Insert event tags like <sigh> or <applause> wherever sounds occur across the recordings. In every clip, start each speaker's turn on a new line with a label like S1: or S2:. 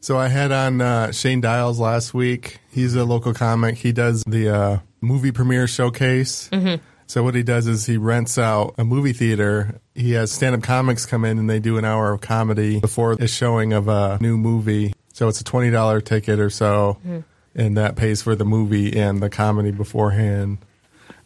S1: So I had on uh, Shane Dials last week. He's a local comic. He does the uh, movie premiere showcase.
S2: Mm-hmm.
S1: So what he does is he rents out a movie theater. He has stand-up comics come in and they do an hour of comedy before a showing of a new movie. So it's a twenty dollar ticket or so,
S2: Mm-hmm.
S1: and that pays for the movie and the comedy beforehand.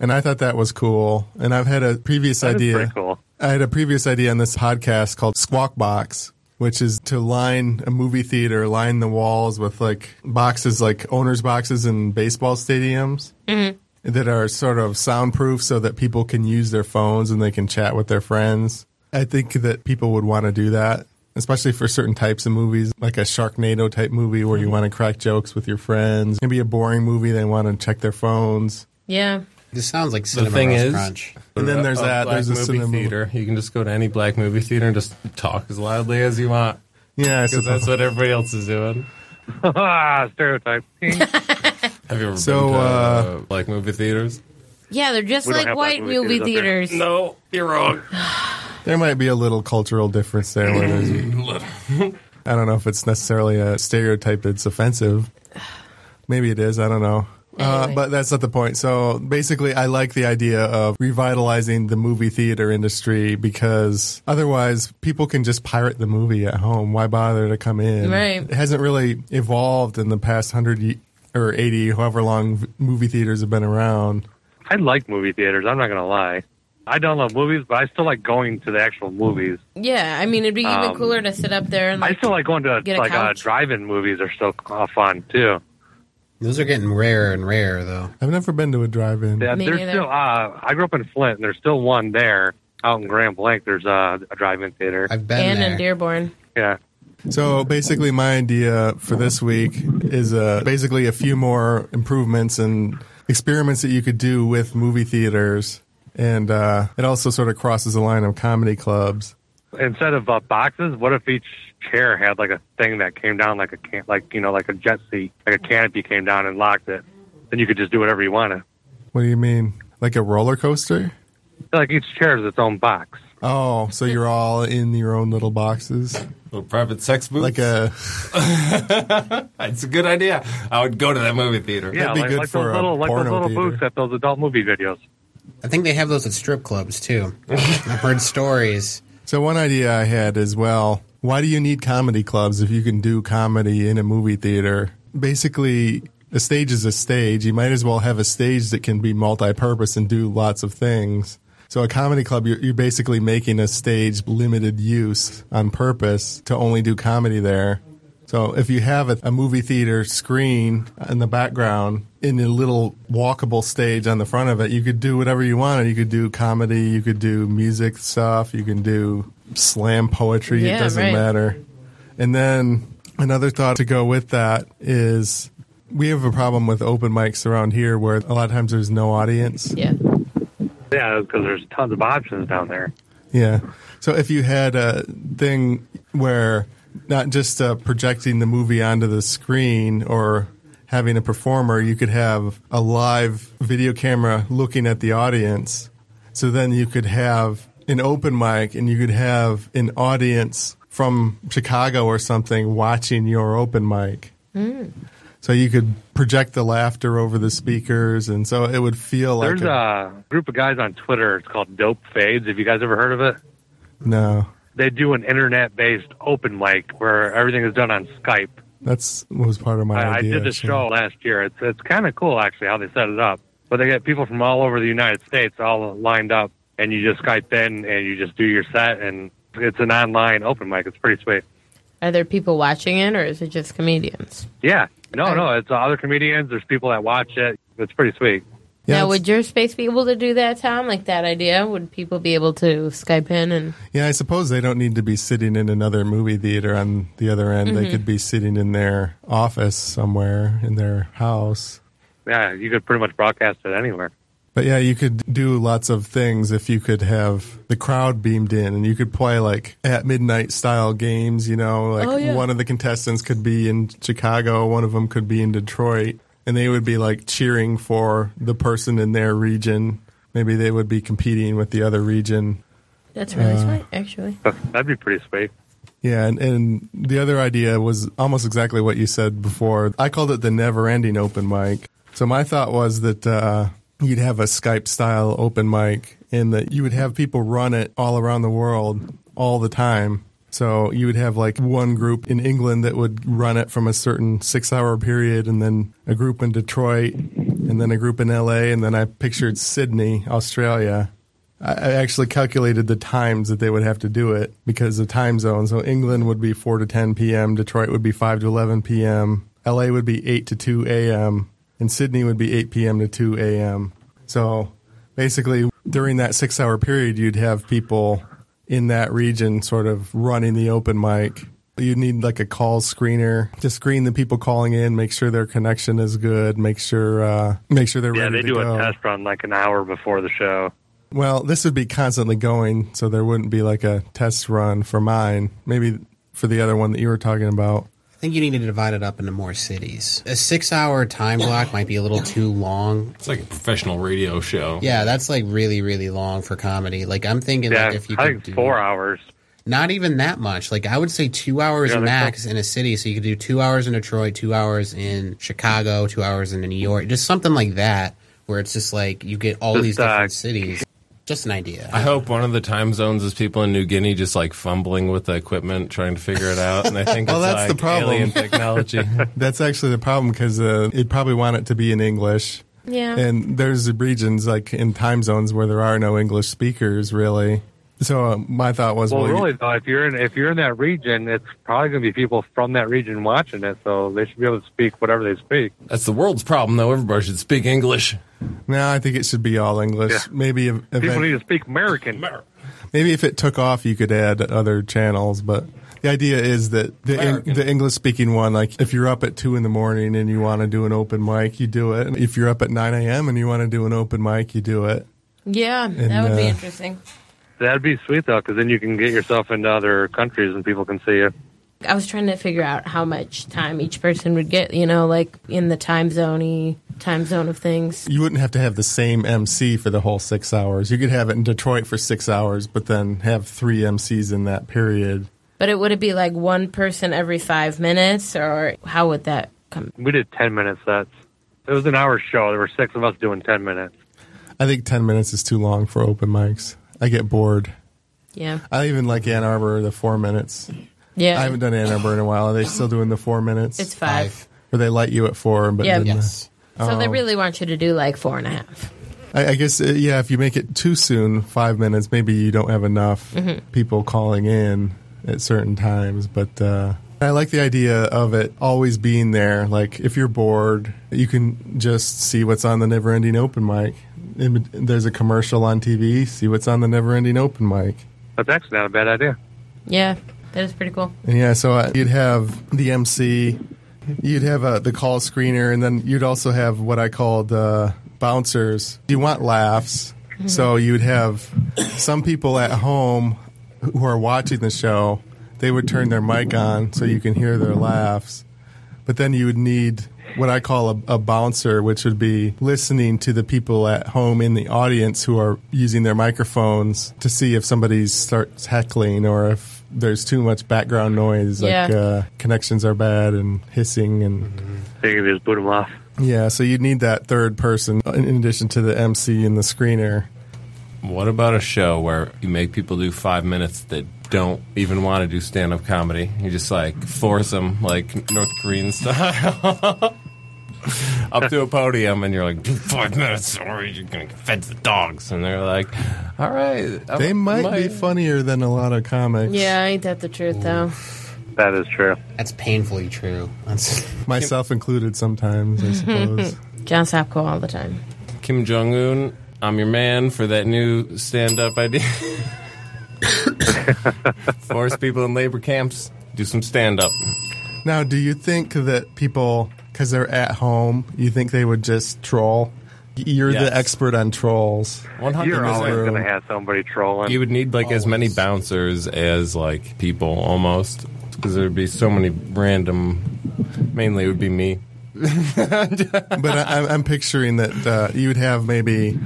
S1: And I thought that was cool. And I've had a previous
S2: That is
S1: idea.
S2: pretty cool. <laughs>
S1: I had a previous idea on this podcast called Squawk Box, which is to line a movie theater, line the walls with like boxes, like owners' boxes in baseball stadiums
S3: Mm-hmm.
S1: that are sort of soundproof so that people can use their phones and they can chat with their friends. I think that people would want to do that, especially for certain types of movies, like a Sharknado type movie where
S3: Mm-hmm.
S1: you want to crack jokes with your friends. Maybe a boring movie, they want to check their phones.
S4: Yeah.
S5: This sounds like
S3: The
S5: cinema
S3: thing
S5: Roast
S3: is,
S5: crunch.
S1: And then there's
S3: a
S1: that,
S3: black
S1: there's a
S3: movie
S1: cinema-
S3: theater. You can just go to any black movie theater and just talk as loudly as you want
S1: Yeah, I
S3: because
S1: suppose.
S3: that's what everybody else is doing.
S2: ah, stereotype.
S4: <laughs>
S2: Ding.
S3: Have you ever
S1: So,
S3: been to
S1: uh,
S3: uh, black movie theaters?
S4: Yeah, they're just
S2: We don't
S4: like
S2: have
S4: white
S2: black movie
S4: movie
S2: theaters
S4: theaters.
S3: No, you're wrong.
S1: There might be a little cultural difference there. Where there's- <laughs> I don't know if it's necessarily a stereotype that's offensive. Maybe it is. I don't know. Uh,
S4: Anyway.
S1: but that's not the point. So basically, I like the idea of revitalizing the movie theater industry because otherwise, people can just pirate the movie at home. Why bother to come in?
S4: Right.
S1: It hasn't really evolved in the past hundred ye- or eighty, however long v- movie theaters have been around.
S2: I like movie theaters. I'm not gonna lie. I don't love movies, but I still like going to the actual movies.
S4: Yeah, I mean, it'd be even
S2: Um,
S4: cooler to sit up there and
S2: I
S4: like,
S2: still like going to
S4: Get a
S2: like uh,
S4: couch.
S2: drive-in movies. Are so uh, fun too.
S5: Those are getting rarer and rarer, though.
S1: I've never been to a drive-in.
S2: Yeah,
S4: Me
S2: there's
S4: neither.
S2: still. Uh, I grew up in Flint, and there's still one there out in Grand Blanc. There's uh, a drive-in theater.
S5: I've been
S4: and
S5: there.
S4: in Dearborn.
S2: yeah,
S1: So basically, my idea for this week is uh, basically a few more improvements and experiments that you could do with movie theaters, and uh, it also sort of crosses the line of comedy clubs.
S2: instead of uh, boxes, what if each chair had like a thing that came down, like a can- like you know, like a jet seat, like a canopy came down and locked it. Then you could just do whatever you wanted.
S1: What do you mean, like a roller coaster?
S2: Like each chair has its own box.
S1: Oh, so you're all in your own little boxes,
S3: Little private sex booth.
S1: like a
S3: It's a good idea. I would go to that movie theater.
S2: Yeah,
S1: That'd be
S2: like,
S1: good
S2: like
S1: for
S2: those
S1: a
S2: little like those
S1: porno
S2: little
S1: theater.
S2: booths at those adult movie videos.
S5: I think they have those at strip clubs too.
S2: <laughs>
S5: I've heard stories.
S1: So one idea I had as well, why do you need comedy clubs if you can do comedy in a movie theater? Basically, a stage is a stage. You might as well have a stage that can be multi-purpose and do lots of things. So a comedy club, you're, you're basically making a stage limited use on purpose to only do comedy there. So if you have a, a movie theater screen in the background in a little walkable stage on the front of it, you could do whatever you wanted. You could do comedy, you could do music stuff, you can do slam poetry. it
S4: Yeah,
S1: doesn't
S4: right.
S1: matter. And then another thought to go with that is we have a problem with open mics around here where a lot of times there's no audience.
S4: Yeah.
S2: Yeah, because there's tons of options down there.
S1: Yeah. So if you had a thing where not just uh, projecting the movie onto the screen or having a performer, you could have a live video camera looking at the audience. So then you could have an open mic and you could have an audience from Chicago or something watching your open mic. So you could project the laughter over the speakers, and so it would feel
S2: There's
S1: like
S2: a group of guys on Twitter. It's called Dope Fades. Have you guys ever heard of it?
S1: no.
S2: They do an internet-based open mic where everything is done on Skype.
S1: That's what was part of my
S2: I, I
S1: idea.
S2: did the
S1: actually.
S2: show last year. It's it's kind of cool actually how they set it up. But they get people from all over the United States all lined up, and you just Skype in and you just do your set, and it's an online open mic. It's pretty sweet.
S4: Are there people watching it, or is it just comedians?
S2: Yeah. No,
S4: Okay.
S2: no, it's uh, other comedians. There's people that watch it. It's pretty sweet.
S1: Yeah,
S4: now,
S1: it's-
S4: would your space be able to do that, Tom? Like that idea? Would people be able to Skype in and?
S1: Yeah, I suppose they don't need to be sitting in another movie theater on the other end.
S4: Mm-hmm.
S1: They could be sitting in their office somewhere in their house.
S2: Yeah, you could pretty much broadcast it anywhere.
S1: But yeah, you could do lots of things if you could have the crowd beamed in and you could play like at midnight style games, you know, like
S4: Oh, yeah.
S1: one of the contestants could be in Chicago, one of them could be in Detroit, and they would be like cheering for the person in their region. Maybe they would be competing with the other region. Uh,
S4: That's really sweet, actually.
S2: That'd be pretty sweet.
S1: Yeah, and, and the other idea was almost exactly what you said before. I called it the never ending open mic. So my thought was that uh, you'd have a Skype style open mic and that you would have people run it all around the world all the time. So you would have like one group in England that would run it from a certain six hour period, and then a group in Detroit, and then a group in LA, and then I pictured Sydney, Australia. I I actually calculated the times that they would have to do it because of time zone. So England would be 4 to 10 p.m., Detroit would be 5 to 11 p.m., LA would be 8 to 2 a.m., and Sydney would be 8 p.m. to 2 a.m. So basically, during that six hour period, you'd have people in that region sort of running the open mic. You need like a call screener to screen the people calling in, make sure their connection is good, make sure uh, make sure they're
S2: Yeah,
S1: ready
S2: they
S1: to
S2: do
S1: go.
S2: a test run like an hour before the show.
S1: Well, this would be constantly going, so there wouldn't be like a test run for mine. Maybe for the other one that you were talking about.
S5: I think you need to divide it up into more cities. A six hour time block might be a little too long.
S3: It's like a professional radio show.
S5: Yeah, that's like really, really long for comedy. Like I'm thinking
S2: Yeah,
S5: like if you
S2: I
S5: could
S2: think
S5: do
S2: four hours.
S5: not even that much. Like I would say two hours
S2: Yeah, that's
S5: max in a city. So you could do two hours in Detroit, two hours in Chicago, two hours in New York, just something like that, where it's just like you get all
S2: Just,
S5: these different
S2: uh,
S5: cities. Just an idea.
S3: I hope one of the time zones is people in New Guinea just like fumbling with the equipment trying to figure it out, and they think
S1: <laughs> Well,
S3: it's
S1: that's the
S3: like
S1: problem.
S3: alien technology.
S1: <laughs> That's actually the problem because uh, you'd probably want it to be in English.
S4: Yeah.
S1: And there's regions like in time zones where there are no English speakers really. So uh, my thought was,
S2: Well,
S1: you-
S2: really though, if you're in if you're in that region, it's probably going to be people from that region watching it, so they should be able to speak whatever they speak.
S3: that's the world's problem, though. Everybody should speak English.
S1: no, I think it should be all English.
S2: Yeah.
S1: Maybe ev-
S2: People
S1: event-
S2: need to speak American.
S1: Maybe if it took off, you could add other channels, but the idea is that the
S3: American.
S1: the English speaking one, like if you're up at two in the morning and you want to do an open mic, you do it. And if you're up at nine a.m. and you want to do an open mic, you do it.
S4: Yeah, that would
S1: uh,
S4: be interesting.
S2: That'd be sweet though, because then you can get yourself into other countries and people can see you.
S4: I was trying to figure out how much time each person would get, you know, like in the time zone time zone of things.
S1: You wouldn't have to have the same MC for the whole six hours. You could have it in Detroit for six hours, but then have three MCs in that period.
S4: But it would it be like one person every five minutes, or how would that come?
S2: We did ten minute sets. It was an hour show. There were six of us doing ten minutes.
S1: I think ten minutes is too long for open mics. I get bored.
S4: Yeah,
S1: I even like Ann Arbor, the four minutes.
S4: yeah.
S1: I haven't done Ann Arbor in a while. Are they still doing the four minutes?
S4: it's five.
S1: Or they light you at four, but
S4: Yeah.
S1: then
S5: Yes.
S4: So
S1: Oh.
S4: they really want you to do like four and a half.
S1: I, I guess uh, yeah. If you make it too soon, five minutes, maybe you don't have enough people calling in at certain times. But uh, I like the idea of it always being there. Like if you're bored, you can just see what's on the Never Ending Open mic. And There's a commercial on TV. See what's on the Never Ending Open mic.
S2: That's actually not a bad idea.
S4: Yeah, that is pretty cool.
S1: And yeah, so uh, you'd have the MC, you'd have uh, the call screener, and then you'd also have what I called uh, bouncers. You want laughs, so you'd have some people at home who are watching the show. They would turn their mic on so you can hear their laughs. But then you would need what I call a, a bouncer, which would be listening to the people at home in the audience who are using their microphones to see if somebody starts heckling or if there's too much background noise, like
S4: Yeah.
S1: uh, connections are bad and hissing and.
S2: So you can just boot them off.
S1: Yeah, so you need that third person in in addition to the MC and the screener.
S3: What about a show where you make people do five minutes that don't even want to do stand up comedy? You just like force them, like North Korean style, <laughs> up to a podium, and you're like, "Do five minutes, or you're going to fed to the dogs. And they're like, all right. I
S1: They might, be
S3: might."
S1: funnier than a lot of comics.
S4: Yeah, ain't that the truth though?
S2: That is true.
S5: That's painfully true. That's
S1: Myself included sometimes, I
S4: <laughs>
S1: suppose.
S4: John Sopko all the time.
S3: Kim Jong Un, I'm your man for that new stand
S2: <laughs>
S3: up idea. Force people in labor camps, do some stand up.
S1: now, do you think that people, because they're at home, you think they would just troll? You're
S3: Yes.
S1: the expert on trolls.
S2: You're always
S1: room.
S2: going to have somebody trolling.
S3: You would need like as many
S5: Always.
S3: bouncers as like people almost because there'd be so many random. Mainly, it would be me.
S1: But I, I'm- I'm picturing that uh, you would have maybe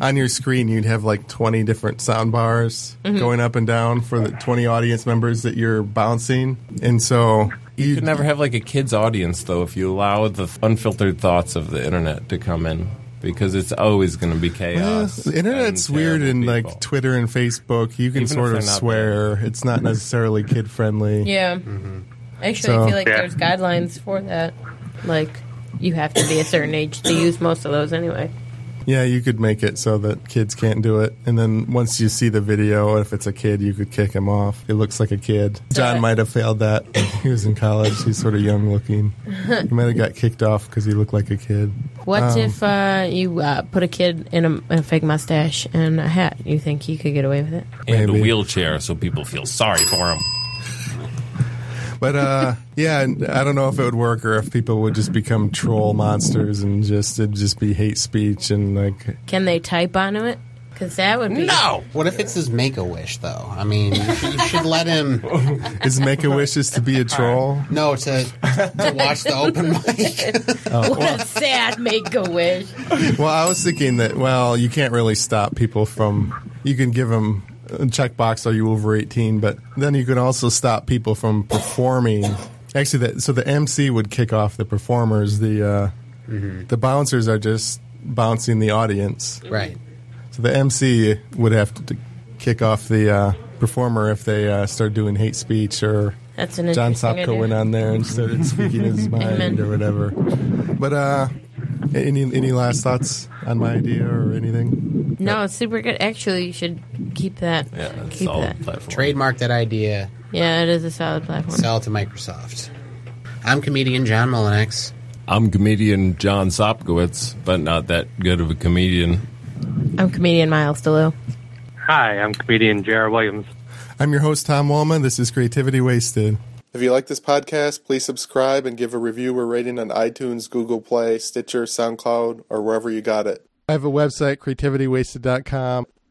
S1: on your screen you'd have like 20 different sound bars going up and down for the 20 audience members that you're bouncing. And so you,
S3: You could never have like a kids audience though if you allow the unfiltered thoughts of the internet to come in because it's always going to be
S1: Yeah,
S3: chaos.
S1: the internet's
S3: and
S1: weird
S3: terrible
S1: and
S3: people.
S1: like Twitter and Facebook, you can
S3: Even if
S1: sort
S3: they're
S1: of
S3: not
S1: swear. It's not necessarily kid friendly.
S4: Yeah. Actually,
S1: Mm-hmm. So-
S4: I feel like
S2: Yeah.
S4: there's guidelines for that. Like, you have to be a certain age to use most of those anyway.
S1: Yeah, you could make it so that kids can't do it. And then once you see the video, if it's a kid, you could kick him off. It looks like a kid. John might have failed that. <laughs> He was in college. He's sort of young looking. He might have got kicked off because he looked like a kid.
S4: What
S1: Um,
S4: if uh, you uh, put a kid in a, in a fake mustache and a hat? You think he could get away with it?
S3: and a
S1: maybe.
S3: wheelchair so people feel sorry for him.
S1: But uh, yeah, and I don't know if it would work or if people would just become troll monsters and just it'd just be hate speech and like
S4: Can they type onto it? Because that would be
S3: No.
S5: What if it's his make a wish though? I mean, you should, you should let him.
S1: is Make a Wish is to be a troll.
S5: No, to, to watch the open <laughs> mic.
S4: <laughs> what a sad make a wish.
S1: Well, I was thinking that. Well, you can't really stop people from. You can give them a checkbox. Are you over eighteen? But then you can also stop people from performing. Actually, that so the MC would kick off the performers. The uh, the bouncers are just bouncing the audience.
S5: right.
S1: So the MC would have to, to kick off the uh, performer if they uh, start doing hate speech or
S4: That's an
S1: John
S4: interesting
S1: Sopko
S4: idea.
S1: went on there and started speaking his mind
S4: <laughs> Amen.
S1: or whatever. But uh, any any last thoughts on my idea or anything?
S4: No, it's super good. Actually, you should keep that.
S3: Yeah, that's
S4: keep
S3: all
S4: that.
S3: platform.
S5: Trademark that idea.
S4: Yeah, it is a solid platform.
S5: Sell it to Microsoft. I'm comedian John Mullinex.
S3: I'm comedian John Sopkowitz, but not that good of a comedian.
S4: I'm comedian Miles DeLu.
S2: Hi, I'm comedian Jared Williams.
S1: I'm your host Tom Wallman. This is Creativity Wasted. If you like this podcast, please subscribe and give a review or rating on iTunes, Google Play, Stitcher, SoundCloud, or wherever you got it. I have a website, creativitywasted.com,